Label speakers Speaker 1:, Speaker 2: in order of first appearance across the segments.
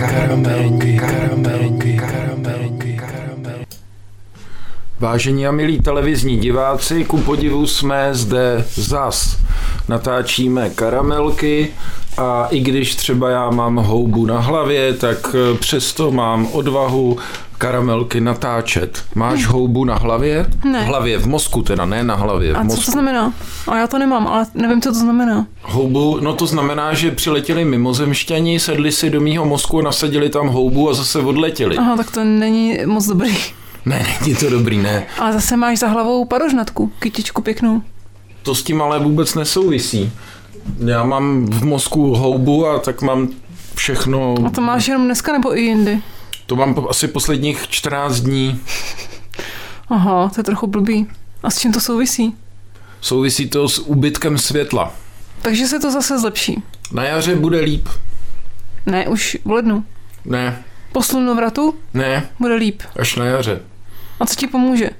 Speaker 1: karamelky, karamelky, karamelky, karamelky.
Speaker 2: Vážení a milí televizní diváci, ku podivu jsme zde zas. Natáčíme karamelky a i když třeba já mám houbu na hlavě, tak eh, přesto mám odvahu karamelky natáčet. Máš houbu na hlavě?
Speaker 3: Hm. Ne.
Speaker 2: V hlavě, v mozku teda, ne na hlavě, v
Speaker 3: A co
Speaker 2: mozku.
Speaker 3: to znamená? A já to nemám, ale nevím, co to znamená.
Speaker 2: Houbu, no to znamená, že přiletěli mimozemšťani, sedli si do mýho mozku, nasadili tam houbu a zase odletěli.
Speaker 3: Aha, tak to není moc dobrý.
Speaker 2: Ne, není to dobrý, ne.
Speaker 3: A zase máš za hlavou parožnatku, kytičku pěknou.
Speaker 2: To s tím ale vůbec nesouvisí. Já mám v mozku houbu a tak mám všechno,
Speaker 3: A to máš jenom dneska nebo i jindy?
Speaker 2: to mám po- asi posledních 14 dní.
Speaker 3: Aha, to je trochu blbý. A s čím to souvisí?
Speaker 2: Souvisí to s úbytkem světla.
Speaker 3: Takže se to zase zlepší.
Speaker 2: Na jaře bude líp.
Speaker 3: Ne, už v lednu.
Speaker 2: Ne,
Speaker 3: Po slunovratu
Speaker 2: ne,
Speaker 3: bude líp.
Speaker 2: až na jaře.
Speaker 3: A co ti pomůže?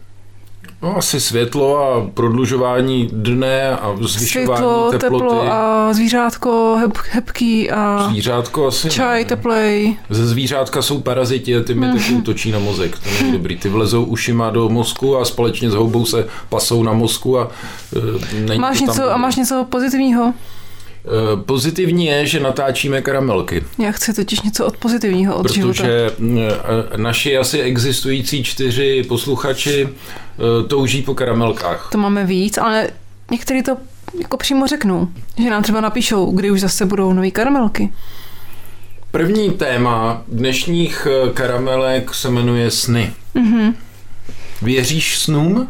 Speaker 2: No asi světlo a prodlužování dne a zvyšování
Speaker 3: Světlo,
Speaker 2: teploty.
Speaker 3: teplo a zvířátko heb, hebký a
Speaker 2: Zvířátko asi
Speaker 3: čaj,
Speaker 2: ne.
Speaker 3: teplej.
Speaker 2: Ze zvířátka jsou paraziti a ty mi
Speaker 3: Mhm.
Speaker 2: taky útočí na mozek. To není dobrý. Ty vlezou ušima do mozku a společně s houbou se pasou na mozku a e, není
Speaker 3: Máš
Speaker 2: to tam
Speaker 3: něco,
Speaker 2: dobrý.
Speaker 3: a máš něco pozitivního?
Speaker 2: E, Pozitivní je, že natáčíme karamelky,
Speaker 3: Já chci totiž něco od pozitivního od života.
Speaker 2: protože mm, e, naši asi existující čtyři posluchači e, touží po karamelkách.
Speaker 3: To máme víc, ale někteří to jako přímo řeknou, že nám třeba napíšou, kdy už zase budou nové karamelky.
Speaker 2: První téma dnešních e, karamelek se jmenuje sny.
Speaker 3: Mhm.
Speaker 2: Věříš snům?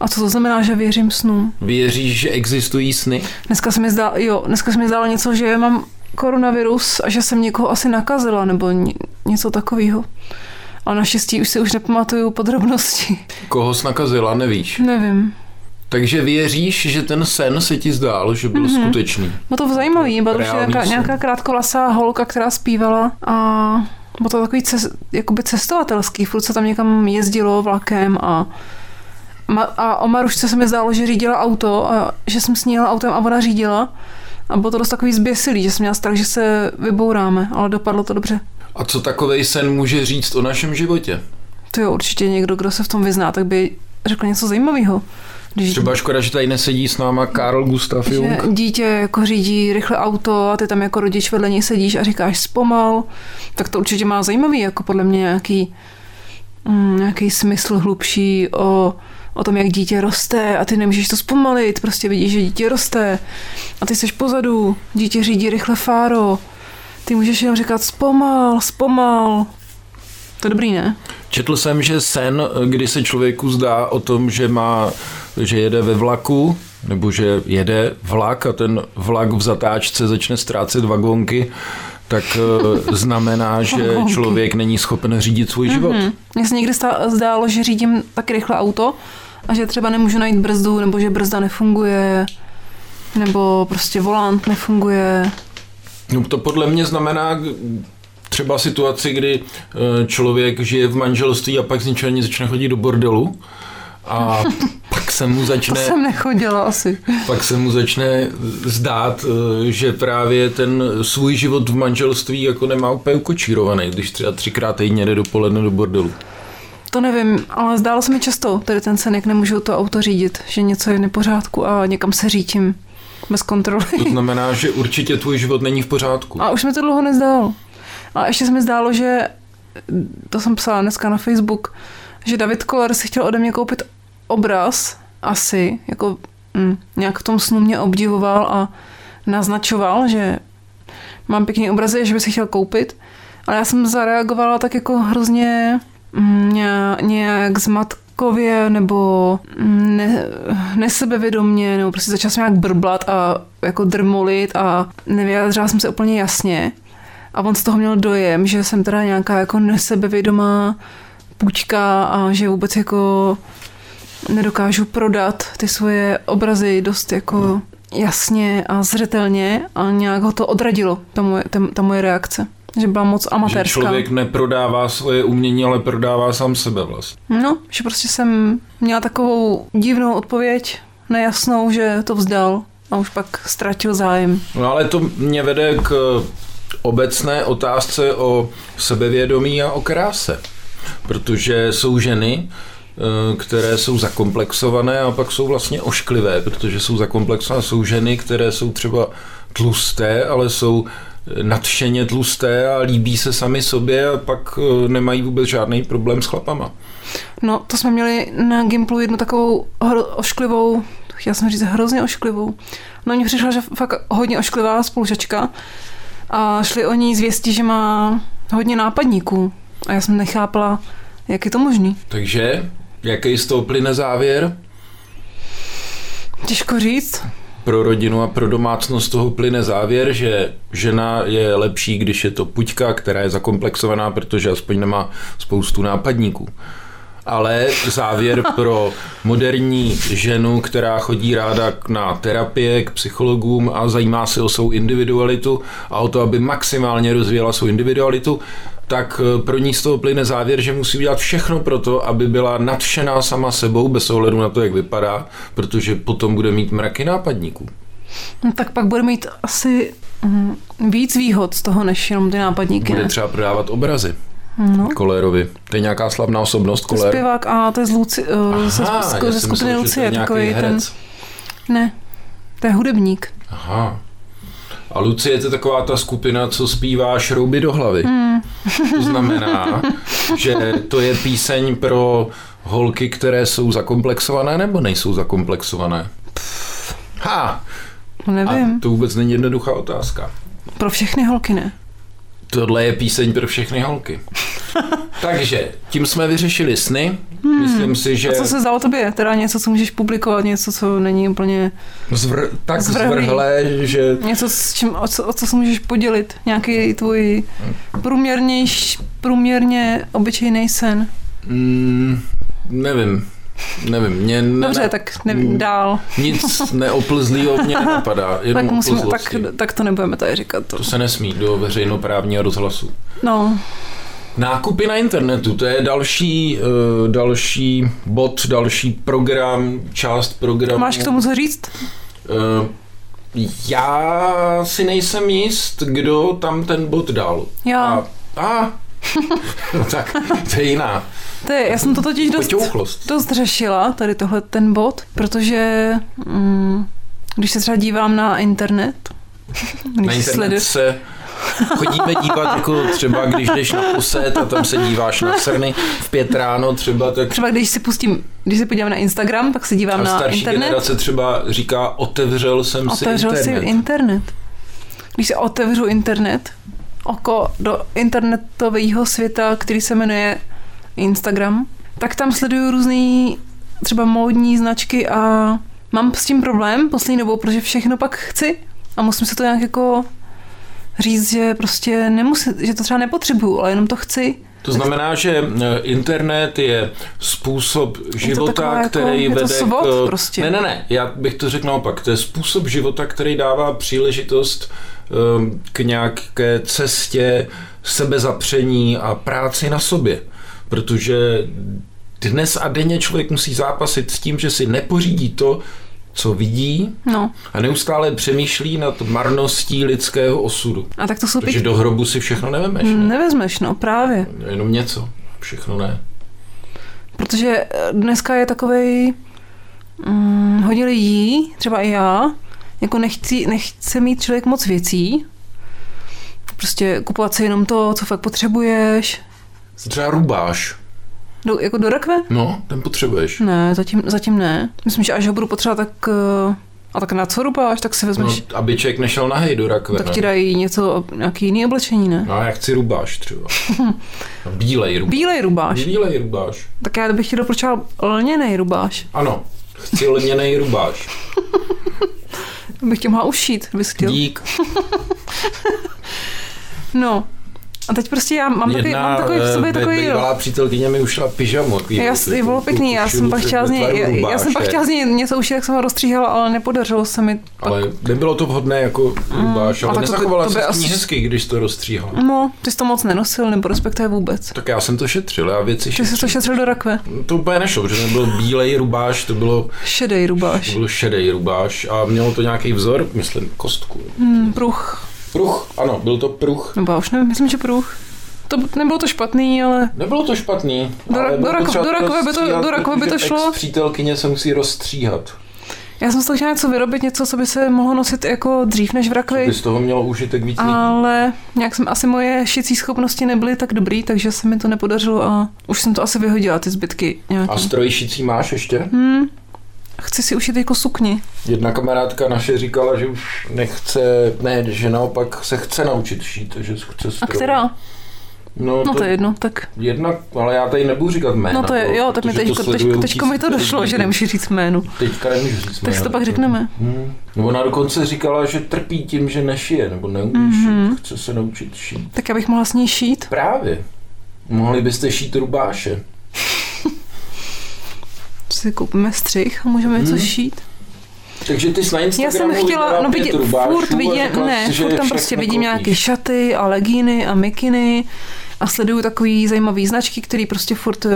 Speaker 3: A co to znamená, že věřím snům?
Speaker 2: Věříš, že existují sny?
Speaker 3: Dneska se mi zdá, jo, dneska se mi zdálo něco, že mám koronavirus a že jsem někoho asi nakazila nebo ně, něco takového. A naštěstí už si už nepamatuju podrobnosti.
Speaker 2: Koho jsi nakazila, nevíš?
Speaker 3: Nevím.
Speaker 2: Takže věříš, že ten sen se ti zdál, že byl mm-hmm. skutečný.
Speaker 3: No to zajímavý, byla to
Speaker 2: Reálný
Speaker 3: nějaká,
Speaker 2: sen.
Speaker 3: nějaká krátkovlasá holka, která zpívala a bylo to takový cest, jakoby cestovatelský, furt se tam někam jezdilo vlakem a ma- a o Marušce se mi zdálo, že řídila auto a že jsem s ní jela autem a ona řídila a bylo to dost takový zběsilý, že jsem měla strach, že se vybouráme, ale dopadlo to dobře.
Speaker 2: A co takovej sen může říct o našem životě?
Speaker 3: To je určitě někdo, kdo se v tom vyzná, tak by řekl něco zajímavého. Když
Speaker 2: Třeba škoda, že tady nesedí s náma Karl Gustav
Speaker 3: Že
Speaker 2: Jung.
Speaker 3: dítě jako řídí rychle auto a ty tam jako rodič vedle něj sedíš a říkáš zpomal, tak to určitě má zajímavý, jako podle mě nějaký, mm, nějaký smysl hlubší o, o tom, jak dítě roste a ty nemůžeš to zpomalit, prostě vidíš, že dítě roste a ty seš pozadu, dítě řídí rychle fáro, ty můžeš jenom říkat zpomal, zpomal. To je dobrý, ne?
Speaker 2: Četl jsem, že sen, kdy se člověku zdá o tom, že má, že jede ve vlaku, nebo že jede vlak a ten vlak v zatáčce začne ztrácet vagonky, tak eh, znamená, že
Speaker 3: Vagonky.
Speaker 2: člověk není schopen řídit svůj život.
Speaker 3: Hm. Mně se někdy stá- zdálo, že řídím tak rychle auto a že třeba nemůžu najít brzdu, nebo že brzda nefunguje, nebo prostě volant nefunguje.
Speaker 2: No to podle mě znamená k- třeba situaci, kdy eh, člověk žije v manželství a pak z ničeho nic začne chodit do bordelu a pak se mu
Speaker 3: To
Speaker 2: začne,
Speaker 3: jsem nechodila asi.
Speaker 2: pak se mu začne zdát, eh, že právě ten svůj život v manželství jako nemá úplně ukočírovaný, když třeba třikrát týdně jde dopoledne do bordelu.
Speaker 3: To nevím, ale zdálo se mi často, tady ten sen, jak nemůžu to auto řídit, že něco je v nepořádku a někam se řítím bez kontroly.
Speaker 2: To znamená, že určitě tvůj život není v pořádku.
Speaker 3: A už mi to dlouho nezdálo. A ještě se mi zdálo, že to jsem psala dneska na Facebook, že David Koller si chtěl ode mě koupit obraz, asi, jako mm, nějak v tom snu mě obdivoval a naznačoval, že mám pěkný obrazy, že by si chtěl koupit. Ale já jsem zareagovala tak jako hrozně mm, ně- nějak zmatkově nebo mm, ne, nesebevědomně, nebo prostě začala jsem nějak brblat a jako drmolit a nevyjádřila jsem se úplně jasně. A on z toho měl dojem, že jsem teda nějaká jako nesebevědomá půjčka a že vůbec jako nedokážu prodat ty svoje obrazy dost jako jasně a zřetelně a nějak ho to odradilo, ta moje, ta, ta moje reakce. Že byla moc
Speaker 2: Že
Speaker 3: amatérská.
Speaker 2: člověk neprodává svoje umění, ale prodává sám sebe vlastně.
Speaker 3: No, že prostě jsem měla takovou divnou odpověď, nejasnou, že to vzdal a už pak ztratil zájem.
Speaker 2: No ale to mě vede k obecné otázce o sebevědomí a o kráse. Protože jsou ženy, eh, které jsou zakomplexované a pak jsou vlastně ošklivé, protože jsou zakomplexované. Jsou ženy, které jsou třeba tlusté, ale jsou eh, nadšeně tlusté a líbí se sami sobě a pak eh, nemají vůbec žádný problém s chlapama.
Speaker 3: No, to jsme měli na Gimplu jednu takovou hro, ošklivou, chtěla jsem říct hrozně ošklivou. No, ní přišla, že fakt hodně ošklivá spolužačka a šli o ní zvěstí, že má hodně nápadníků. A já jsem nechápala, jak je to možný.
Speaker 2: Takže, jaký z toho plyne závěr?
Speaker 3: Těžko říct.
Speaker 2: Pro rodinu a pro domácnost z toho plyne závěr, že žena je lepší, když je to puťka, která je zakomplexovaná, protože aspoň nemá spoustu nápadníků. Ale závěr pro moderní ženu, která chodí ráda k- na terapie, k psychologům a zajímá se o svou individualitu a o to, aby maximálně rozvíjela svou individualitu, tak eh, pro ní z toho plyne závěr, že musí udělat všechno pro to, aby byla nadšená sama sebou, bez ohledu na to, jak vypadá, protože potom bude mít mraky nápadníků.
Speaker 3: No, tak pak bude mít asi mm, víc výhod z toho, než jenom ty nápadníky.
Speaker 2: Bude
Speaker 3: ne?
Speaker 2: třeba prodávat obrazy
Speaker 3: No.
Speaker 2: Kolérovi. To je nějaká slavná osobnost
Speaker 3: To je
Speaker 2: Kolér.
Speaker 3: zpěvák a to je z, Luci, uh, ze,
Speaker 2: Aha, já
Speaker 3: z,
Speaker 2: jsem
Speaker 3: ze skupiny
Speaker 2: myslel, že to je
Speaker 3: Lucie,
Speaker 2: nějaký
Speaker 3: takový ten...
Speaker 2: herec.
Speaker 3: Ne, to je hudebník.
Speaker 2: Aha. A Lucie to je taková ta skupina, co zpívá šrouby do hlavy.
Speaker 3: Hmm.
Speaker 2: Mm. to znamená, že to je píseň pro holky, které jsou zakomplexované nebo nejsou zakomplexované. Ha!
Speaker 3: no, Nevím.
Speaker 2: A to vůbec není jednoduchá otázka.
Speaker 3: Pro všechny holky ne.
Speaker 2: Tohle je píseň pro všechny holky. Takže, tím jsme vyřešili sny. Myslím si, že
Speaker 3: Hmm. A co se zdalo tobě? Teda něco, co můžeš publikovat, něco, co není úplně...
Speaker 2: zvr- tak
Speaker 3: zvrhlý.
Speaker 2: zvrhlé, že
Speaker 3: Něco, s čím, o, co, o co se můžeš podělit? Nějaký tvůj průměrnější, průměrně obyčejný sen.
Speaker 2: Mm, nevím. Nevím, mě ne,
Speaker 3: Dobře,
Speaker 2: ne, Mm,
Speaker 3: tak nevím, dál.
Speaker 2: nic neoplzlýho mě nenapadá. Jenom
Speaker 3: Tak, musím, tak,
Speaker 2: oplzlosti.
Speaker 3: tak to nebudeme tady říkat. To.
Speaker 2: To se nesmí do veřejnoprávního rozhlasu.
Speaker 3: No,
Speaker 2: Nákupy na internetu, to je další, uh, další bod, další program, část programu.
Speaker 3: máš k tomu co říct?
Speaker 2: Uh, já si nejsem jist, kdo tam ten bod dal.
Speaker 3: Já,
Speaker 2: A, a no tak, to je jiná.
Speaker 3: to je, já jsem to totiž dost...
Speaker 2: Poťouchlost.
Speaker 3: dost řešila tady tohle ten bod, protože mm, když se třeba dívám na internet,
Speaker 2: Na
Speaker 3: když
Speaker 2: internet
Speaker 3: sleduju,
Speaker 2: se chodíme dívat, jako třeba když jdeš na puset a tam se díváš na srny v pět ráno třeba, tak
Speaker 3: třeba když si pustím, když se podívám na Instagram, tak se dívám
Speaker 2: a
Speaker 3: na
Speaker 2: starší
Speaker 3: internet,
Speaker 2: generace třeba říká, otevřel jsem
Speaker 3: otevřel
Speaker 2: si
Speaker 3: si
Speaker 2: internet.
Speaker 3: internet. Když se otevřu internet, oko do internetového světa, který se jmenuje Instagram, tak tam sleduju různé třeba módní značky a mám s tím problém poslední dobou, protože všechno pak chci a musím se to nějak jako říct, že prostě nemusím, že to třeba nepotřebuju, ale jenom to chci.
Speaker 2: To znamená, že eh, internet je způsob života,
Speaker 3: taková jako-
Speaker 2: který
Speaker 3: je to
Speaker 2: vede
Speaker 3: svod
Speaker 2: k...
Speaker 3: prostě.
Speaker 2: Ne, ne, ne, já bych to řekl naopak. To je způsob života, který dává příležitost ehm, k nějaké cestě sebezapření a práci na sobě. Protože dnes a denně člověk musí zápasit s tím, že si nepořídí to, co vidí
Speaker 3: No
Speaker 2: a neustále přemýšlí nad marností lidského osudu.
Speaker 3: a tak to jsou
Speaker 2: Protože
Speaker 3: pěkné.
Speaker 2: do hrobu si všechno nevemeš. Ne?
Speaker 3: Nevezmeš, no právě.
Speaker 2: Jenom něco. Všechno ne.
Speaker 3: Protože eh, dneska je takovej mm, hodně lidí, třeba i já, jako nechci, nechce mít člověk moc věcí, prostě kupovat si jenom to, co fakt potřebuješ.
Speaker 2: Třeba rubáš.
Speaker 3: Do, jako do rakve?
Speaker 2: No, ten potřebuješ.
Speaker 3: Ne, zatím, zatím ne. Myslím, že až ho budu potřebovat, tak... eh, A tak na co rubáš, tak si
Speaker 2: No,
Speaker 3: vezmeš...
Speaker 2: aby člověk nešel nahej do rakve,
Speaker 3: tak
Speaker 2: ne?
Speaker 3: ti dají něco, nějaký jiný oblečení, ne?
Speaker 2: No, já chci rubáš třeba. No, Bílej rubáš.
Speaker 3: Bílej rubáš.
Speaker 2: Bílej rubáš.
Speaker 3: Tak já bych chtěla pročal lněnej rubáš.
Speaker 2: Ano, chci lněnej rubáš.
Speaker 3: Bych tě mohla ušít, kdybys chtěl.
Speaker 2: Dík.
Speaker 3: No. A teď prostě já mám takový,
Speaker 2: Jedna
Speaker 3: mám takový v sobě
Speaker 2: eh,
Speaker 3: takový...
Speaker 2: bývalá přítelkyně mi ušla pyžamo. takový
Speaker 3: Já,
Speaker 2: tu-
Speaker 3: je bylo
Speaker 2: tu-
Speaker 3: pěkný, já
Speaker 2: tu
Speaker 3: jsem pak
Speaker 2: šudu
Speaker 3: chtěla z
Speaker 2: ve
Speaker 3: něj,
Speaker 2: tvaru
Speaker 3: já, já jsem pak
Speaker 2: rubáše.
Speaker 3: chtěla z něj něco ušít, tak jsem ho rozstříhala, ale nepodařilo se mi. Pak,
Speaker 2: Ale nebylo to vhodné jako rubáš,
Speaker 3: a
Speaker 2: ale
Speaker 3: tak to by-
Speaker 2: nezachovala
Speaker 3: to
Speaker 2: se
Speaker 3: by
Speaker 2: s ní
Speaker 3: asi-
Speaker 2: hezky, když to rozstříhala.
Speaker 3: No, ty jsi to moc nenosil, nebo respektive vůbec.
Speaker 2: Tak já jsem to šetřil, já věci
Speaker 3: Ty jsi to
Speaker 2: šetřil.
Speaker 3: šetřil do rakve.
Speaker 2: To úplně nešlo, protože nebyl bílej rubáš, to bylo,
Speaker 3: Šedej
Speaker 2: to
Speaker 3: rubáš.
Speaker 2: byl šedej rubáš a mělo to nějaký vzor, myslím, kostku.
Speaker 3: Hmm, pruch.
Speaker 2: Pruch, ano, byl to pruch.
Speaker 3: Nebo já už nevím, myslím, že pruh. To nebylo to špatný, ale
Speaker 2: Nebylo to špatný.
Speaker 3: Do ra-
Speaker 2: ale
Speaker 3: do
Speaker 2: bylo
Speaker 3: rakov-
Speaker 2: potřeba
Speaker 3: do rakve by to-
Speaker 2: rozstříhat,
Speaker 3: do rakve by to
Speaker 2: protože
Speaker 3: šlo.
Speaker 2: Ex-přítelkyně se musí rozstříhat.
Speaker 3: já jsem se chtěla něco vyrobit, něco, co by se mohlo nosit jako dřív než v rakvi.
Speaker 2: By z toho mělo užitek víc lidí.
Speaker 3: Ale nějak jsem asi moje šicí schopnosti nebyly tak dobrý, takže se mi to nepodařilo a už jsem to asi vyhodila, ty zbytky nějaký.
Speaker 2: A stroj šicí máš ještě?
Speaker 3: Hmm. Chci si ušít jako sukni.
Speaker 2: Jedna kamarádka naše říkala, že už nechce, ne, že naopak se chce naučit šít, že chce
Speaker 3: A
Speaker 2: stroj.
Speaker 3: která?
Speaker 2: No,
Speaker 3: No to je jedno, tak.
Speaker 2: Jedna, ale já tady nebudu říkat jména.
Speaker 3: No to je, jo, tak mi
Speaker 2: Jako, protože
Speaker 3: teď,
Speaker 2: to
Speaker 3: teď,
Speaker 2: sledujou
Speaker 3: teďko mi to
Speaker 2: tisíce
Speaker 3: došlo,
Speaker 2: lidí. No
Speaker 3: že nemůžu říct jméno.
Speaker 2: Teďka nemůžu říct
Speaker 3: Tak
Speaker 2: jména,
Speaker 3: si to pak řekneme.
Speaker 2: Hmm. Nebo ona dokonce říkala, že trpí tím, že nešije, nebo neumí
Speaker 3: Mhm.
Speaker 2: šít, chce se naučit šít.
Speaker 3: Tak já bych mohla s ní šít.
Speaker 2: Právě. Mohli byste šít rubáše.
Speaker 3: Si koupíme střih a můžeme něco
Speaker 2: Mhm.
Speaker 3: šít.
Speaker 2: Takže ty jsi na
Speaker 3: Já
Speaker 2: Instagramu
Speaker 3: jsem chtěla,
Speaker 2: viděla
Speaker 3: no
Speaker 2: pět
Speaker 3: vidě,
Speaker 2: rubášů
Speaker 3: furt
Speaker 2: a
Speaker 3: vidě,
Speaker 2: řekla
Speaker 3: ne,
Speaker 2: jsi, že
Speaker 3: furt
Speaker 2: je
Speaker 3: tam
Speaker 2: všechno
Speaker 3: prostě vidím
Speaker 2: koupíš.
Speaker 3: nějaké šaty a legíny a mikiny a sleduju takový zajímavý značky, který prostě furt uh,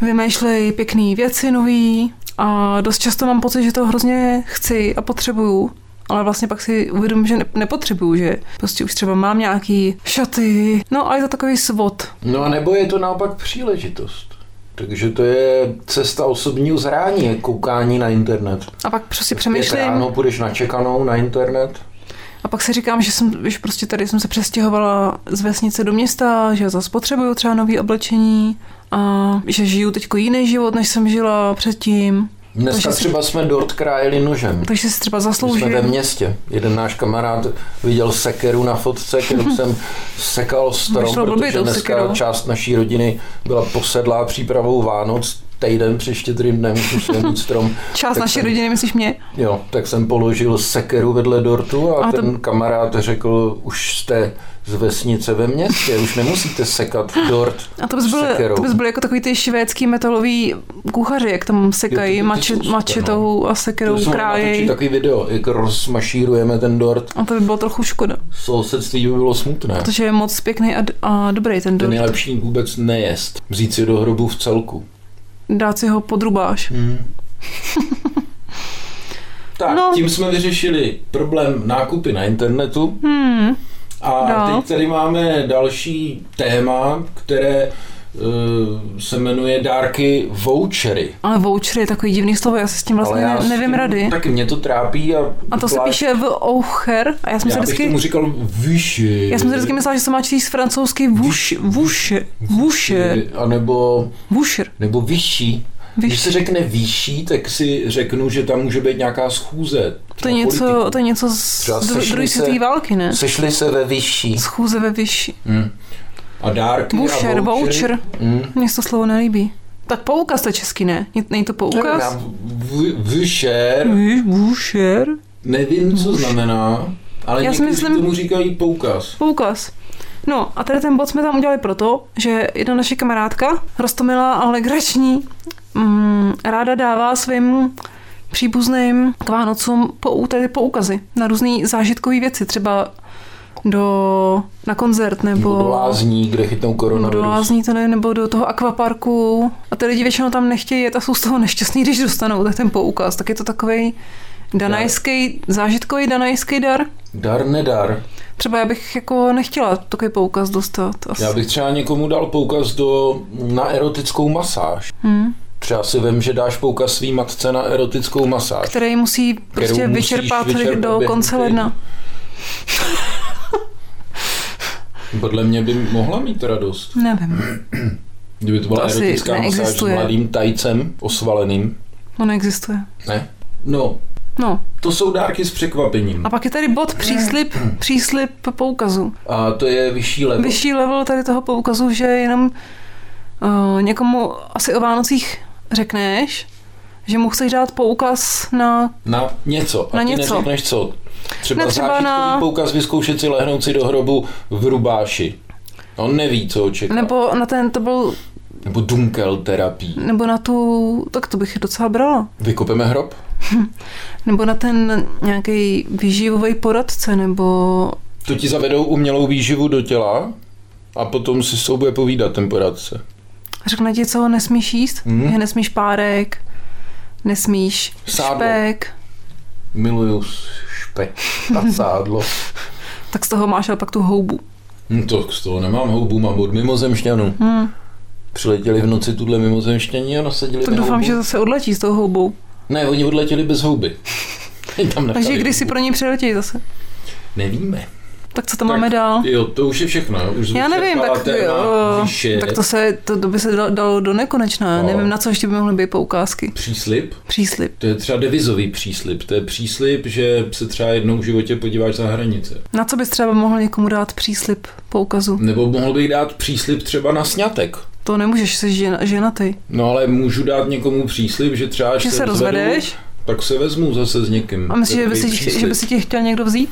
Speaker 3: vymýšlejí pěkné věci nový a dost často mám pocit, že to hrozně chci a potřebuju. Ale vlastně pak si uvědomím, že ne- nepotřebuju, že prostě už třeba mám nějaký šaty. No a je to takový svod.
Speaker 2: No a nebo je to naopak příležitost. Takže to je cesta osobního zrání, je koukání na internet.
Speaker 3: A pak prostě
Speaker 2: Pět
Speaker 3: přemýšlím.
Speaker 2: ráno půjdeš na čekanou na internet.
Speaker 3: A pak si říkám, že jsem, že prostě tady jsem se přestěhovala z vesnice do města, že zase potřebuju třeba nový oblečení a že žiju teď jiný život, než jsem žila předtím.
Speaker 2: Dneska
Speaker 3: Takže si-
Speaker 2: třeba jsme dort krájeli nožem.
Speaker 3: Takže si třeba
Speaker 2: My jsme ve
Speaker 3: zasloužím.
Speaker 2: městě. Jeden náš kamarád viděl sekeru na fotce, kterou jsem sekal strom,
Speaker 3: Vyšlo blbě
Speaker 2: protože
Speaker 3: tou
Speaker 2: dneska
Speaker 3: sekerou.
Speaker 2: část naší rodiny byla posedlá přípravou Vánoc. Týden při štědrým dnem musel mít strom.
Speaker 3: Část
Speaker 2: tak
Speaker 3: naší
Speaker 2: jsem-
Speaker 3: rodiny, myslíš mě?
Speaker 2: Jo, tak jsem položil sekeru vedle dortu a,
Speaker 3: A
Speaker 2: a
Speaker 3: to-
Speaker 2: ten kamarád řekl, už jste z vesnice ve městě, už nemusíte sekat dort.
Speaker 3: A to bys byl,
Speaker 2: Sekerou.
Speaker 3: to bys byl jako takový ty švédský metalový kuchaři, jak tam sekají
Speaker 2: Jo, to- to
Speaker 3: mači,
Speaker 2: jsou super,
Speaker 3: mačetou a
Speaker 2: To
Speaker 3: sekerou
Speaker 2: jsme natočili
Speaker 3: krájejí.
Speaker 2: takový video, jak rozmašírujeme ten dort.
Speaker 3: A to by bylo trochu škoda,
Speaker 2: Sousedství by bylo smutné.
Speaker 3: protože je moc pěkný a, d- a dobrý ten
Speaker 2: To je
Speaker 3: dort.
Speaker 2: nejlepší vůbec nejest. Vzít si do hrobu v celku.
Speaker 3: Dát si ho podrubáš.
Speaker 2: tak,
Speaker 3: Hmm. No.
Speaker 2: tím jsme vyřešili problém nákupy na internetu.
Speaker 3: Hmm.
Speaker 2: A
Speaker 3: No.
Speaker 2: teď tady máme další téma, které eh, se jmenuje dárky vouchery.
Speaker 3: Ale voucher je takový divný slovo, já se s tím vlastně
Speaker 2: já
Speaker 3: ne,
Speaker 2: s
Speaker 3: nevím
Speaker 2: tím-
Speaker 3: rady.
Speaker 2: Taky mě to trápí. A,
Speaker 3: A to se
Speaker 2: pláč-
Speaker 3: píše v Oucher a já jsem
Speaker 2: Já
Speaker 3: se
Speaker 2: bych
Speaker 3: vždycky...
Speaker 2: tomu říkal vyši.
Speaker 3: Já jsem si vždycky myslela, že se má číst francouzsky vuš, vuše, vuše,
Speaker 2: A nebo,
Speaker 3: vušer,
Speaker 2: nebo vyšší. Když se
Speaker 3: víš.
Speaker 2: řekne vyšší, tak si řeknu, že tam může být nějaká schůze.
Speaker 3: To je
Speaker 2: na
Speaker 3: něco,
Speaker 2: politiku.
Speaker 3: to je něco z
Speaker 2: Třeba
Speaker 3: dru-
Speaker 2: sešli
Speaker 3: druhé
Speaker 2: se-
Speaker 3: světové války, ne?
Speaker 2: Sešli se ve vyšší.
Speaker 3: Schůze ve vyšší.
Speaker 2: Hmm. A dárky
Speaker 3: Voucher,
Speaker 2: a vouchery.
Speaker 3: voucher.
Speaker 2: Hmm.
Speaker 3: Mně se to slovo nelíbí. Tak poukaz to je český, ne? Ně- Není to
Speaker 2: Nevím,
Speaker 3: poukaz?
Speaker 2: já v- Voucher,
Speaker 3: Víš, Voucher?
Speaker 2: nevím, co
Speaker 3: Voucher.
Speaker 2: znamená, ale
Speaker 3: Já si
Speaker 2: někteří
Speaker 3: myslím-
Speaker 2: tomu říkají poukaz.
Speaker 3: Poukaz. No a tady ten bod jsme tam udělali proto, že jedna naše kamarádka, rostomilá a legrační, mm, ráda dává svým příbuzným k Vánocům pou, tedy poukazy na různé zážitkové věci, třeba do, na koncert nebo
Speaker 2: Nebo do lázní, kde chytnou
Speaker 3: nebo do
Speaker 2: koronavirus.
Speaker 3: lázní to ne, nebo do toho akvaparku. A ty lidi většinou tam nechtějí jet a jsou z toho nešťastní, když dostanou tak ten poukaz. Tak je to takový danajský, zážitkový danajský dar.
Speaker 2: Dar nedar.
Speaker 3: Třeba já bych jako nechtěla takový poukaz dostat. Asi.
Speaker 2: Já bych třeba někomu dal poukaz do, na erotickou masáž.
Speaker 3: Hmm.
Speaker 2: Třeba si vem, že dáš poukaz svý matce na erotickou masáž.
Speaker 3: Který musí prostě
Speaker 2: musíš
Speaker 3: vyčerpat,
Speaker 2: vyčerpat
Speaker 3: do
Speaker 2: během
Speaker 3: konce
Speaker 2: týdne.
Speaker 3: ledna.
Speaker 2: Podle mě by mohla mít radost.
Speaker 3: Nevím,
Speaker 2: Kdyby to byla
Speaker 3: To asi
Speaker 2: erotická masáž s
Speaker 3: neexistuje.
Speaker 2: mladým tajcem, osvaleným.
Speaker 3: to neexistuje.
Speaker 2: Ne? No,
Speaker 3: No
Speaker 2: to jsou dárky s překvapením.
Speaker 3: a pak je tady bod příslip, příslip poukazu.
Speaker 2: A to je vyšší level.
Speaker 3: Vyšší level tady toho poukazu, že jenom uh, někomu asi o Vánocích řekneš, že mu chceš dát poukaz na...
Speaker 2: Na něco. A
Speaker 3: Na
Speaker 2: ty
Speaker 3: něco.
Speaker 2: neřekneš co. Třeba,
Speaker 3: Ne, třeba
Speaker 2: třeba zážitkový
Speaker 3: na-
Speaker 2: na... poukaz vyzkoušet si lehnout si do hrobu v rubáši. On neví, co ho čeká.
Speaker 3: Nebo na ten, to byl,
Speaker 2: Nebo dunkel terapii.
Speaker 3: nebo na tu, tak to bych docela brala.
Speaker 2: Vykopeme hrob?
Speaker 3: Nebo na ten nějaký výživový poradce, nebo
Speaker 2: To ti zavedou umělou výživu do těla a potom si s tou bude povídat ten poradce.
Speaker 3: Řekne ti, co nesmíš jíst?
Speaker 2: Hmm.
Speaker 3: Hmm. Že nesmíš párek, nesmíš
Speaker 2: Sádlo.
Speaker 3: špek.
Speaker 2: Miluju špek a sádlo.
Speaker 3: tak z toho máš ale pak tu houbu.
Speaker 2: No to z toho nemám houbu, mám od mimozemšťanů.
Speaker 3: Hmm.
Speaker 2: Přiletěli v noci tuhle mimozemšťaní a nasadili
Speaker 3: Tak
Speaker 2: mi
Speaker 3: doufám,
Speaker 2: houbu.
Speaker 3: že zase odletí s tou houbou.
Speaker 2: Ne, oni odletěli bez houby. Tam
Speaker 3: Takže
Speaker 2: nechali
Speaker 3: když si
Speaker 2: houbu.
Speaker 3: pro ní přiletí zase.
Speaker 2: Nevíme.
Speaker 3: Tak co tam
Speaker 2: Tak
Speaker 3: máme dál?
Speaker 2: Jo, to už je všechno. jo, Už
Speaker 3: No. Já nevím,
Speaker 2: vyčerpala
Speaker 3: tak,
Speaker 2: téma,
Speaker 3: jo,
Speaker 2: výše,
Speaker 3: tak to se, to, to by se dalo, dalo do nekonečna.
Speaker 2: No.
Speaker 3: No. Nevím, na co ještě by mohly být poukázky.
Speaker 2: Příslip,
Speaker 3: Příslip.
Speaker 2: to je třeba devizový příslip. To je příslip, že se třeba jednou v životě podíváš za hranice.
Speaker 3: Na co bys třeba mohl někomu dát příslip poukazu?
Speaker 2: Nebo mohl bych dát příslip třeba na sňatek.
Speaker 3: To nemůžeš, jsi žena, ženatý.
Speaker 2: No ale můžu dát někomu příslip, že třeba až
Speaker 3: Že se
Speaker 2: rozvedu,
Speaker 3: rozvedeš
Speaker 2: tak se vezmu zase s někým.
Speaker 3: a myslíš, že by,
Speaker 2: Takový
Speaker 3: si,
Speaker 2: příslib.
Speaker 3: že by si tě chtěl někdo vzít?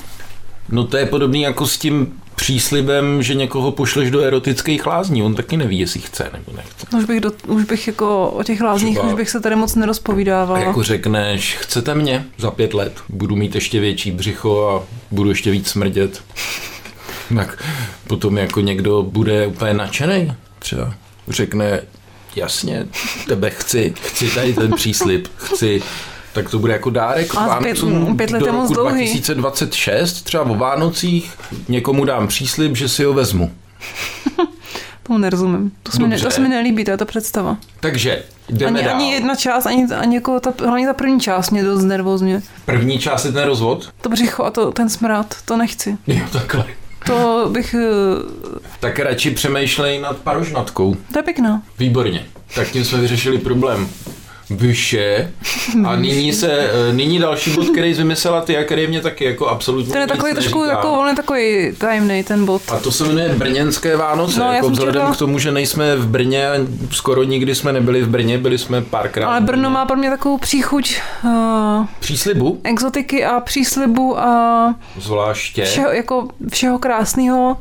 Speaker 2: No to je podobný jako s tím příslibem, že někoho pošleš do erotických lázní. On taky neví, jestli chce nebo nechce.
Speaker 3: No, Už bych, do, už bych jako o těch lázních,
Speaker 2: Třeba-
Speaker 3: už bych se tady moc nerozpovídávala.
Speaker 2: A jako řekneš, chcete mě za pět let, budu mít ještě větší břicho a budu ještě víc smrdět. tak potom jako někdo bude úplně nadšený třeba. Řekne, jasně, tebe chci, chci tady ten příslip, chci. Tak to bude jako dárek
Speaker 3: A
Speaker 2: vám
Speaker 3: pět- pět let
Speaker 2: do
Speaker 3: je moc
Speaker 2: roku
Speaker 3: dlouhý.
Speaker 2: 2026, třeba o Vánocích, někomu dám příslip, že si ho vezmu.
Speaker 3: Tomu nerozumím. To se, mi ne,
Speaker 2: Dobře.
Speaker 3: to se mi nelíbí, ta, ta představa.
Speaker 2: Takže jdeme
Speaker 3: Ani,
Speaker 2: dál.
Speaker 3: ani jedna část, ani, ani jako ta, hlavně ta první část mě dost nervózně.
Speaker 2: První část je ten rozvod.
Speaker 3: To břicho a to, ten smrad, to nechci.
Speaker 2: Jo, takhle.
Speaker 3: To bych... eh,
Speaker 2: Tak radši přemýšlej nad parožnatkou.
Speaker 3: To je pěkná.
Speaker 2: Výborně. Tak tím jsme vyřešili problém vyše. A nyní, se, eh, nyní další bod, který jsi vymyslela ty a který mě taky jako absolutně
Speaker 3: Ten je
Speaker 2: nic
Speaker 3: takový trošku,
Speaker 2: neříká.
Speaker 3: jako, on je takový tajemný ten bod.
Speaker 2: A to se jmenuje Brněnské Vánoce,
Speaker 3: No,
Speaker 2: no,
Speaker 3: já
Speaker 2: jako
Speaker 3: jsem
Speaker 2: vzhledem
Speaker 3: čekala-
Speaker 2: k tomu, že nejsme v Brně, a skoro nikdy jsme nebyli v Brně, byli jsme párkrát.
Speaker 3: Ale
Speaker 2: v Brně.
Speaker 3: Brno má pro mě takovou příchuť uh,
Speaker 2: Příslibu,
Speaker 3: exotiky a příslibu a
Speaker 2: zvláště.
Speaker 3: všeho, jako všeho krásného,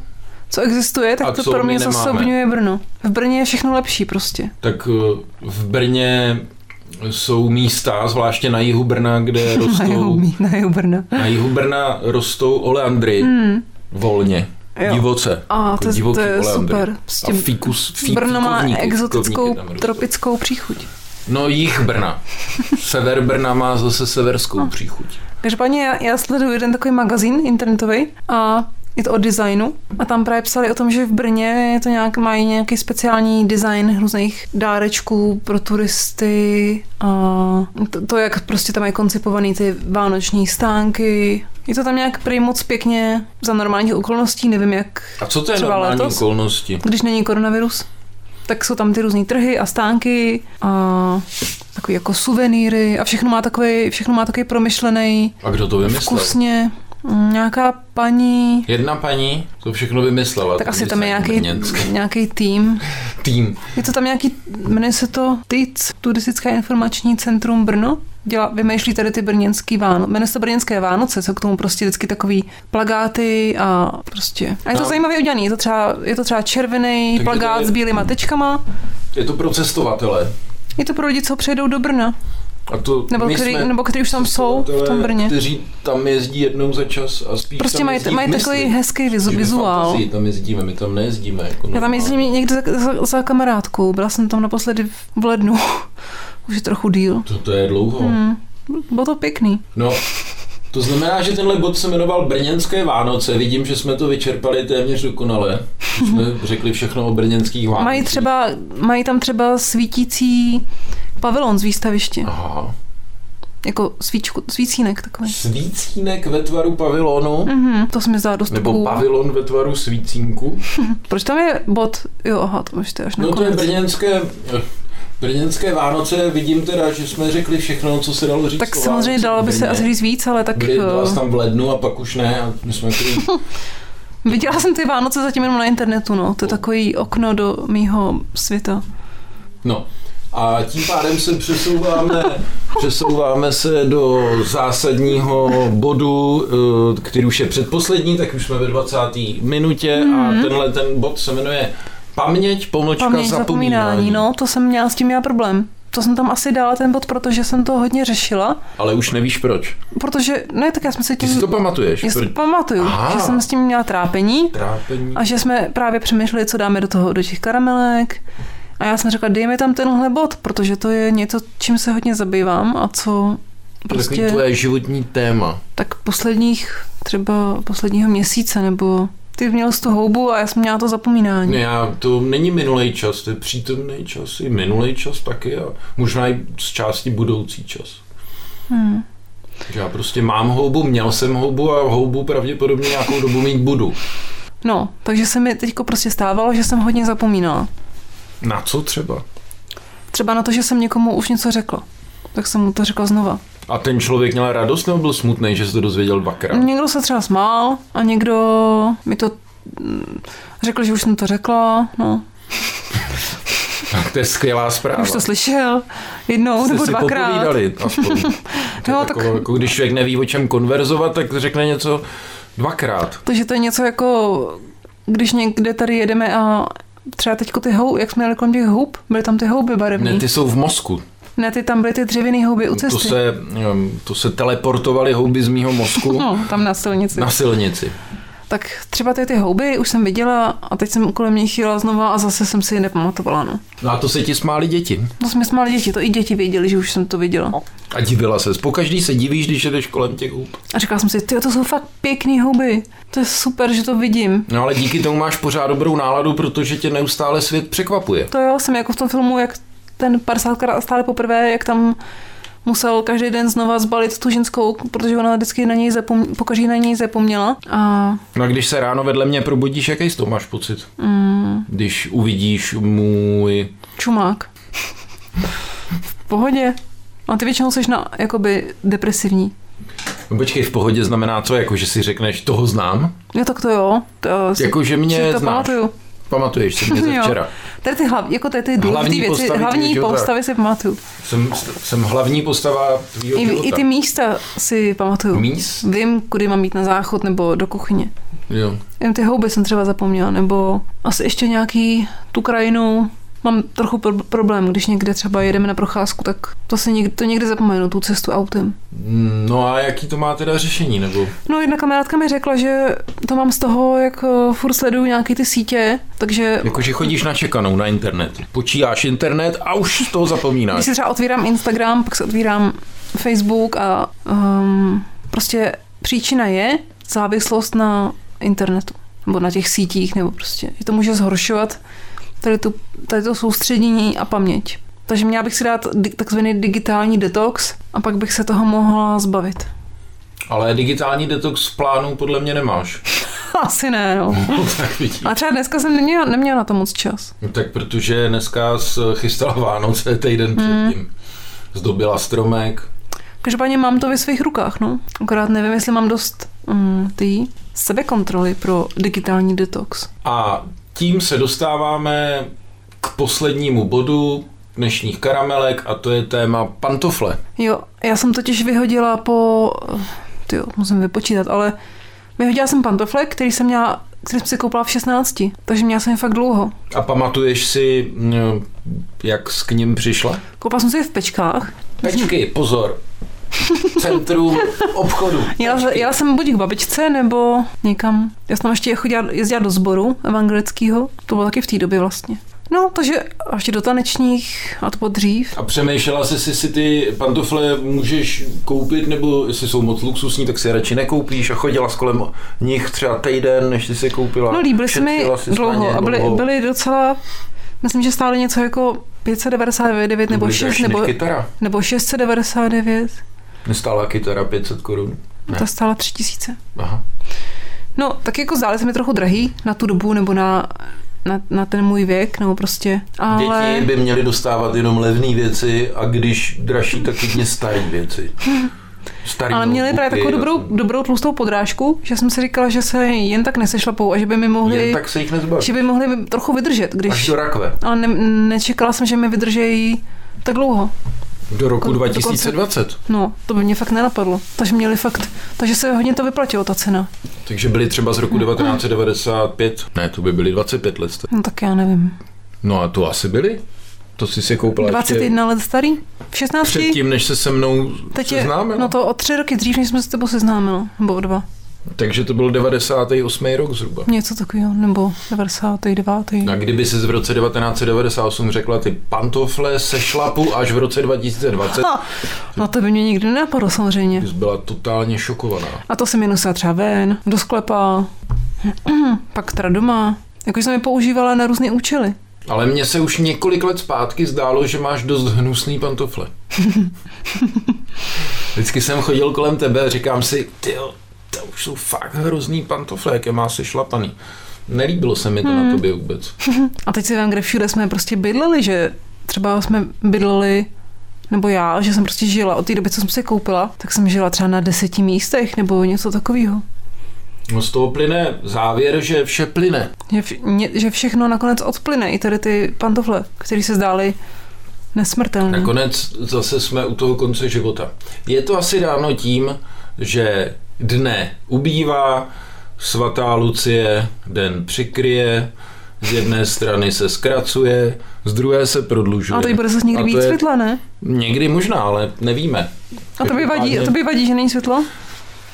Speaker 3: co existuje,
Speaker 2: A
Speaker 3: tak
Speaker 2: co
Speaker 3: to pro
Speaker 2: my
Speaker 3: mě
Speaker 2: nemáme.
Speaker 3: zasobňuje Brno. V Brně je všechno lepší prostě.
Speaker 2: Tak eh, v Brně jsou místa, zvláště na jihu Brna, kde
Speaker 3: Na jeho,
Speaker 2: rostou,
Speaker 3: mí- na jeho Brno.
Speaker 2: na jihu Brna rostou oleandry volně,
Speaker 3: Hmm. Jo.
Speaker 2: divoce.
Speaker 3: A to, je-
Speaker 2: Jako divoký
Speaker 3: to je
Speaker 2: oleandry.
Speaker 3: super.
Speaker 2: A
Speaker 3: Prostě
Speaker 2: fíkus, fík,
Speaker 3: Brno má
Speaker 2: fíkovníky,
Speaker 3: exotickou
Speaker 2: fíkovníky tam rostou.
Speaker 3: tropickou příchuť.
Speaker 2: No jich Brna. Sever Brna má zase severskou
Speaker 3: No.
Speaker 2: příchuť.
Speaker 3: Každopádně já, já sleduju jeden takový magazín internetový a je to o designu a tam právě psali o tom, že v Brně je to nějak, mají nějaký speciální design různých dárečků pro turisty a to, to jak prostě tam je koncipovaný ty vánoční stánky. Je to tam nějak prý moc pěkně za normálních okolností, nevím jak,
Speaker 2: A co to je
Speaker 3: Třeba
Speaker 2: normální
Speaker 3: letos?
Speaker 2: okolnosti?
Speaker 3: když není koronavirus, tak jsou tam ty různé trhy a stánky a takový jako suvenýry a všechno má takový, všechno má takový promyšlený
Speaker 2: A kdo to vymyslel?
Speaker 3: Vkusně. Mm, Nějaká paní...
Speaker 2: Jedna paní to všechno vymyslela.
Speaker 3: Tak
Speaker 2: ten
Speaker 3: asi tam je
Speaker 2: design
Speaker 3: nějaký,
Speaker 2: brněnský.
Speaker 3: nějaký tým.
Speaker 2: tým.
Speaker 3: Je to tam nějaký, jmenuje se to TIC, Turistické informační centrum Brno. Dělá, vymýšlí tady ty brněnský Váno, jmenuje se to Brněnské Vánoce, jsou k tomu prostě vždycky takový plagáty a prostě. A je to
Speaker 2: No.
Speaker 3: zajímavě udělaný, je to třeba, je to třeba červený
Speaker 2: Takže
Speaker 3: plagát
Speaker 2: to je-
Speaker 3: s bílýma tečkama.
Speaker 2: Je to pro cestovatele.
Speaker 3: Je to pro lidi, co přejdou do Brna,
Speaker 2: A to
Speaker 3: nebo,
Speaker 2: my
Speaker 3: který,
Speaker 2: jsme...
Speaker 3: nebo který už tam jsou v tom
Speaker 2: Cestovatelé,
Speaker 3: Brně.
Speaker 2: Kteří tam jezdí jednou za čas a spíš
Speaker 3: Prostě
Speaker 2: tam
Speaker 3: mají,
Speaker 2: jezdí v
Speaker 3: mají
Speaker 2: mysli.
Speaker 3: takový hezký vizu,
Speaker 2: Že my
Speaker 3: vizuál.
Speaker 2: fantazii Tam jezdíme, my tam nejezdíme. Jako
Speaker 3: Já tam
Speaker 2: normálně.
Speaker 3: jezdím někdy za, za, za kamarádkou, byla jsem tam naposledy v lednu, už je trochu díl.
Speaker 2: To, to je dlouho.
Speaker 3: Hmm. Bylo to pěkný.
Speaker 2: No, to znamená, že tenhle bod se jmenoval Brněnské Vánoce. Vidím, že jsme to vyčerpali téměř dokonale. Už Jsme řekli všechno o brněnských Vánocích.
Speaker 3: Mají, třeba, mají tam třeba svítící pavilon z výstaviště,
Speaker 2: Aha.
Speaker 3: jako svíčku, svícínek takový.
Speaker 2: Svícínek ve tvaru pavilonu.
Speaker 3: Mhm, to se mi zdá dost
Speaker 2: No. Nebo
Speaker 3: cool.
Speaker 2: pavilon ve tvaru svícínku.
Speaker 3: Proč tam je bod? Jo, aha, to ještě až na
Speaker 2: No to je
Speaker 3: konec.
Speaker 2: brněnské... eh, Brněnské Vánoce, vidím teda, že jsme řekli všechno, co se dalo říct.
Speaker 3: Tak
Speaker 2: o
Speaker 3: samozřejmě
Speaker 2: Vánocích
Speaker 3: dalo by
Speaker 2: v
Speaker 3: se
Speaker 2: Brně.
Speaker 3: asi říct víc, ale tak
Speaker 2: Byli, byla jsi
Speaker 3: eh,
Speaker 2: tam v lednu a pak už ne. A my jsme jako
Speaker 3: viděla jsem ty Vánoce zatím jenom na internetu, no. To je takový okno do mýho světa.
Speaker 2: No. A tím pádem se přesouváme, přesouváme se do zásadního bodu, eh, který už je předposlední, tak už jsme ve 20. minutě a tenhle ten bod se jmenuje Paměť, pomlčka,
Speaker 3: Mhm. Paměť
Speaker 2: zapomínání.
Speaker 3: zapomínání, no, to jsem měla s tím já problém. To jsem tam asi dala ten bod, protože jsem to hodně řešila.
Speaker 2: Ale už nevíš proč.
Speaker 3: Protože, ne, tak já jsem se
Speaker 2: Ty
Speaker 3: tím...
Speaker 2: si to pamatuješ?
Speaker 3: Mm. já si to
Speaker 2: Proč?
Speaker 3: pamatuju,
Speaker 2: Aha.
Speaker 3: že jsem s tím měla trápení
Speaker 2: Trápení.
Speaker 3: a že jsme právě přemýšleli, co dáme do toho, do těch karamelek. A já jsem řekla, dej mi tam tenhle bod, protože to je něco, čím se hodně zabývám a co
Speaker 2: To je takový
Speaker 3: prostě
Speaker 2: tvoje životní téma.
Speaker 3: tak posledních třeba posledního měsíce, nebo ty měl jsi tu houbu a já jsem měla to zapomínání.
Speaker 2: Ne, já, to není minulý čas, to je přítomný čas, i minulý čas taky a možná i z části budoucí čas.
Speaker 3: Hmm.
Speaker 2: Že já prostě mám houbu, měl jsem houbu a houbu pravděpodobně nějakou dobu mít budu.
Speaker 3: No, takže se mi teďko prostě stávalo, že jsem hodně zapomínala.
Speaker 2: Na co třeba?
Speaker 3: Třeba na to, že jsem někomu už něco řekla. Tak jsem mu to řekla znova.
Speaker 2: A ten člověk měl radost nebo byl smutný, že se to dozvěděl dvakrát?
Speaker 3: Někdo se třeba smál a někdo mi to mm, řekl, že už jsem to řekla, no.
Speaker 2: Tak to je skvělá zpráva.
Speaker 3: Už to slyšel jednou
Speaker 2: Jste
Speaker 3: nebo
Speaker 2: si
Speaker 3: dvakrát.
Speaker 2: popovídali aspoň. To je taková,
Speaker 3: No, tak-
Speaker 2: jako když člověk neví, o čem konverzovat, tak řekne něco dvakrát.
Speaker 3: To, že to je něco jako, když někde tady jedeme a třeba teďko ty hou, jak jsme jeli kolem těch houb, byly tam ty houby barevné.
Speaker 2: Ne, ty jsou v mozku.
Speaker 3: ne, ty tam byly ty dřevěné houby u
Speaker 2: To
Speaker 3: cesty.
Speaker 2: se, hm, to se teleportovaly houby z mýho mozku
Speaker 3: No, tam na silnici.
Speaker 2: na silnici.
Speaker 3: Tak třeba ty, ty houby už jsem viděla a teď jsem kolem nich jela znova a zase jsem si je nepamatovala. No.
Speaker 2: No a to se ti smály děti.
Speaker 3: To jsme smáli děti, to i děti věděli, že už jsem to viděla.
Speaker 2: A divila se. Po každý se divíš, když jdeš kolem těch hub.
Speaker 3: A říkala jsem si, ty to jsou fakt pěkný houby. To je super, že to vidím.
Speaker 2: No ale díky tomu máš pořád dobrou náladu, protože tě neustále svět překvapuje.
Speaker 3: To jo, jsem jako v tom filmu, jak ten 50 stále poprvé, jak tam musel každý den znova zbalit tu ženskou, protože ona vždycky na něj zapom- pokaží na něj zapomněla. A
Speaker 2: No a když se ráno vedle mě probudíš, jaký z toho máš pocit? Mm. Když uvidíš můj...
Speaker 3: čumák. v pohodě. A ty většinou jsi na, jakoby, depresivní.
Speaker 2: No počkej, v pohodě znamená co? Jako, že si řekneš, toho znám?
Speaker 3: Jo, tak to jo. To, si-
Speaker 2: Jako, že mě
Speaker 3: si to
Speaker 2: znáš.
Speaker 3: pamatuju.
Speaker 2: Pamatuješ si mě ze
Speaker 3: Jo.
Speaker 2: včera.
Speaker 3: Tady ty, hlav, jako tady ty důležité
Speaker 2: Hlavní
Speaker 3: věci,
Speaker 2: postavy
Speaker 3: hlavní
Speaker 2: tvýho života.
Speaker 3: postavy si pamatuju.
Speaker 2: Jsem, jsem hlavní postava tvýho
Speaker 3: I,
Speaker 2: života.
Speaker 3: I ty místa si pamatuju.
Speaker 2: Míst?
Speaker 3: Vím, kudy mám jít na záchod nebo do kuchyně.
Speaker 2: Jo.
Speaker 3: Jen ty houby jsem třeba zapomněla, nebo asi ještě nějaký tu krajinu. Mám trochu pro- problém, když někde třeba jedeme na procházku, tak to si někde, to někde zapomenu, tu cestu autem.
Speaker 2: No a jaký to má teda řešení? Nebo
Speaker 3: No jedna kamarádka mi řekla, že to mám z toho, jak eh, furt sleduju nějaký ty sítě, takže
Speaker 2: jako, že chodíš na čekanou na internet. Počítáš internet a už z toho
Speaker 3: Když
Speaker 2: zapomínáš.
Speaker 3: si třeba otvírám Instagram, pak si otvírám Facebook a um, prostě příčina je závislost na internetu nebo na těch sítích, nebo prostě, že to může zhoršovat tady, tu, tady to soustředění a paměť. Takže měla bych si dát di- takzvaný digitální detox a pak bych se toho mohla zbavit.
Speaker 2: Ale digitální detox v plánu podle mě nemáš.
Speaker 3: Asi ne, no.
Speaker 2: No, tak vidíš.
Speaker 3: A třeba dneska jsem neměla, neměla na to moc čas.
Speaker 2: No, tak protože dneska s- chystala Vánoce týden předtím. Zdobila stromek.
Speaker 3: Každopádně mám to ve svých rukách, no. Akorát nevím, jestli mám dost um, ty sebekontroly pro digitální detox.
Speaker 2: A tím se dostáváme k poslednímu bodu dnešních karamelek a to je téma pantofle.
Speaker 3: Jo, já jsem totiž vyhodila po... Ty jo, musím vypočítat, ale vyhodila jsem pantofle, který jsem měla který jsem si koupila v 16, takže měla jsem je fakt dlouho.
Speaker 2: A pamatuješ si, mm, jak s k ním přišla?
Speaker 3: Koupila jsem si je v pečkách.
Speaker 2: Pečky, pozor. Centrum obchodu.
Speaker 3: Jela, jela jsem buď k babičce, nebo někam. Já jsem tam ještě chodila, jezdila do sboru evangelického. To bylo taky v té době vlastně. No, takže a ještě do tanečních a to bylo dřív.
Speaker 2: A přemýšlela jsi, jestli si ty pantofle můžeš koupit, nebo jestli jsou moc luxusní, tak si je radši nekoupíš a chodila s kolem nich třeba týden, než ty si je koupila.
Speaker 3: No, líbily se mi
Speaker 2: Šetřila jsi na ně
Speaker 3: dlouho a byly,
Speaker 2: dlouho.
Speaker 3: byly docela, myslím, že stály něco jako 599 nebo
Speaker 2: Byly
Speaker 3: 6
Speaker 2: dražší
Speaker 3: nebo,
Speaker 2: než kytara.
Speaker 3: nebo 699.
Speaker 2: Nestála kytara 500 korun. Ne.
Speaker 3: Ta stála tři tisíce.
Speaker 2: Aha.
Speaker 3: No, tak jako zdály se mi trochu drahý na tu dobu nebo na, na, na ten můj věk, nebo prostě, ale...
Speaker 2: Děti by měly dostávat jenom levné věci a když dražší, tak klidně staré věci. Starý
Speaker 3: Ale měli právě
Speaker 2: notebooky a-
Speaker 3: takovou dobrou, dobrou tlustou podrážku, že jsem si říkala, že se jen tak nesešlapou a že by mi mohli,
Speaker 2: Jen tak se jich nezbav.
Speaker 3: že by mohli trochu vydržet,
Speaker 2: Až
Speaker 3: když...
Speaker 2: do rakve.
Speaker 3: Ale ne, nečekala jsem, že mi vydržejí tak dlouho.
Speaker 2: Do roku
Speaker 3: Dokonce-
Speaker 2: 2020.
Speaker 3: No, to by mě fakt nenapadlo. Takže měli fakt... Takže se hodně to vyplatilo, ta cena.
Speaker 2: Takže byly třeba z roku 1995. Ne, to by byly 25 let.
Speaker 3: No tak já nevím.
Speaker 2: No a to asi byly. To jsi si koupila
Speaker 3: 21 let starý? V 16?
Speaker 2: předtím, než se se mnou
Speaker 3: Teď je,
Speaker 2: seznámila.
Speaker 3: no to o tři roky dřív, než jsme se s tebou seznámil, nebo o dva.
Speaker 2: Takže to byl 98. rok zhruba.
Speaker 3: Něco takového, nebo 99.
Speaker 2: A kdyby si v roce 1998 řekla ty pantofle se šlapu až v roce 2020,
Speaker 3: Ha, no to by mě nikdy nenapadlo samozřejmě.
Speaker 2: bys byla totálně šokovaná.
Speaker 3: A to jsem jenom nosila třeba ven, do sklepa, pak teda doma. Jakože jsem je používala na různé účely.
Speaker 2: Ale mně se už několik let zpátky zdálo, že máš dost hnusný pantofle. Vždycky jsem chodil kolem tebe a říkám si, ty to už jsou fakt hrozný pantofle, jak je má se šlapaný. Nelíbilo se mi to hmm. na tobě vůbec.
Speaker 3: A teď si vám, kde všude jsme prostě bydleli, že třeba jsme bydleli, nebo já, že jsem prostě žila od té doby, co jsem se koupila, tak jsem žila třeba na deseti místech nebo něco takového.
Speaker 2: No z toho plyne závěr, že vše plyne.
Speaker 3: Že, vš- ně- že všechno nakonec odplyne, i tady ty pantofle, které se zdály nesmrtelné.
Speaker 2: Nakonec zase jsme u toho konce života. Je to asi dáno tím, že dne ubývá, svatá Lucie den přikryje, z jedné strany se zkracuje, z druhé se prodlužuje.
Speaker 3: A to bude zase někdy
Speaker 2: A to
Speaker 3: víc
Speaker 2: je-
Speaker 3: světla, ne?
Speaker 2: Někdy možná, ale nevíme.
Speaker 3: A to by, vadí,
Speaker 2: Každopádně-
Speaker 3: to by vadí, že není světlo?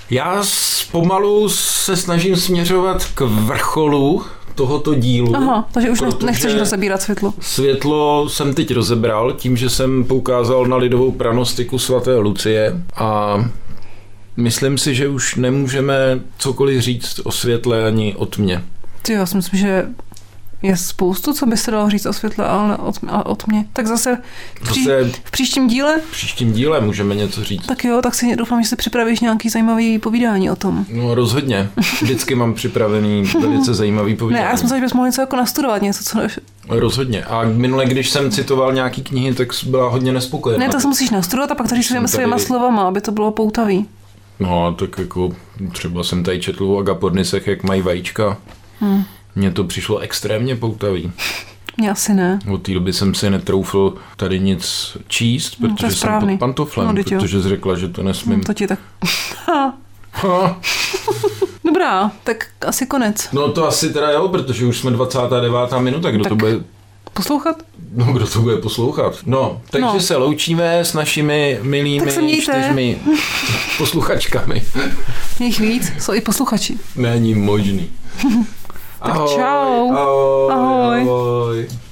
Speaker 2: Já s- pomalu se snažím směřovat k vrcholu tohoto dílu.
Speaker 3: Aha, takže už
Speaker 2: protože-
Speaker 3: Protože... nechceš rozebírat světlo.
Speaker 2: Světlo jsem teď rozebral tím, že jsem poukázal na lidovou pranostiku svaté Lucie a myslím si, že už nemůžeme cokoliv říct o světle ani o tmě.
Speaker 3: Ty já si myslím, že je spoustu, co by se dalo říct o světle, ale od, a od mě. Tak zase v, pří,
Speaker 2: Zase
Speaker 3: v příštím díle,
Speaker 2: v příštím díle můžeme něco říct.
Speaker 3: tak jo, tak si doufám, že si připravíš nějaký zajímavý povídání o tom.
Speaker 2: No rozhodně. Vždycky mám připravený velice zajímavý
Speaker 3: Ne,
Speaker 2: povídání.
Speaker 3: já jsem myslel, že bys mohl něco jako nastudovat, něco, co...
Speaker 2: Rozhodně. A minule, když jsem citoval nějaký knihy, tak byla hodně nespokojená.
Speaker 3: Ne, to si musíš nastudovat a pak to říct
Speaker 2: Jsem
Speaker 3: svýma, svýma
Speaker 2: tady-
Speaker 3: slovama, aby to bylo poutavý.
Speaker 2: No, tak jako třeba jsem tady četl o agapornisech, jak mají vajíčka. Hmm.
Speaker 3: Hm.
Speaker 2: Mně to přišlo extrémně poutavý.
Speaker 3: Mně asi ne.
Speaker 2: Od té doby jsem si netroufl tady nic číst,
Speaker 3: No, to je
Speaker 2: protože jsem
Speaker 3: správný.
Speaker 2: pod pantoflem,
Speaker 3: No,
Speaker 2: no,
Speaker 3: vždyť jo.
Speaker 2: protože jsi řekla, že to nesmím.
Speaker 3: Hmm. To ti tak... Ha.
Speaker 2: Ha,
Speaker 3: Dobrá, tak asi konec.
Speaker 2: no to asi teda jo, protože už jsme 29. minuta, kdo tak. to
Speaker 3: Tak.
Speaker 2: bude
Speaker 3: Poslouchat?
Speaker 2: No, kdo to bude poslouchat? No, takže
Speaker 3: No.
Speaker 2: no. se loučíme s našimi
Speaker 3: Tak se mějte.
Speaker 2: milými čtyřmi posluchačkami.
Speaker 3: Je jich víc, jsou i posluchači.
Speaker 2: Není možný.
Speaker 3: Tak čau.
Speaker 2: Ahoj.
Speaker 3: Ahoj.
Speaker 2: ahoj.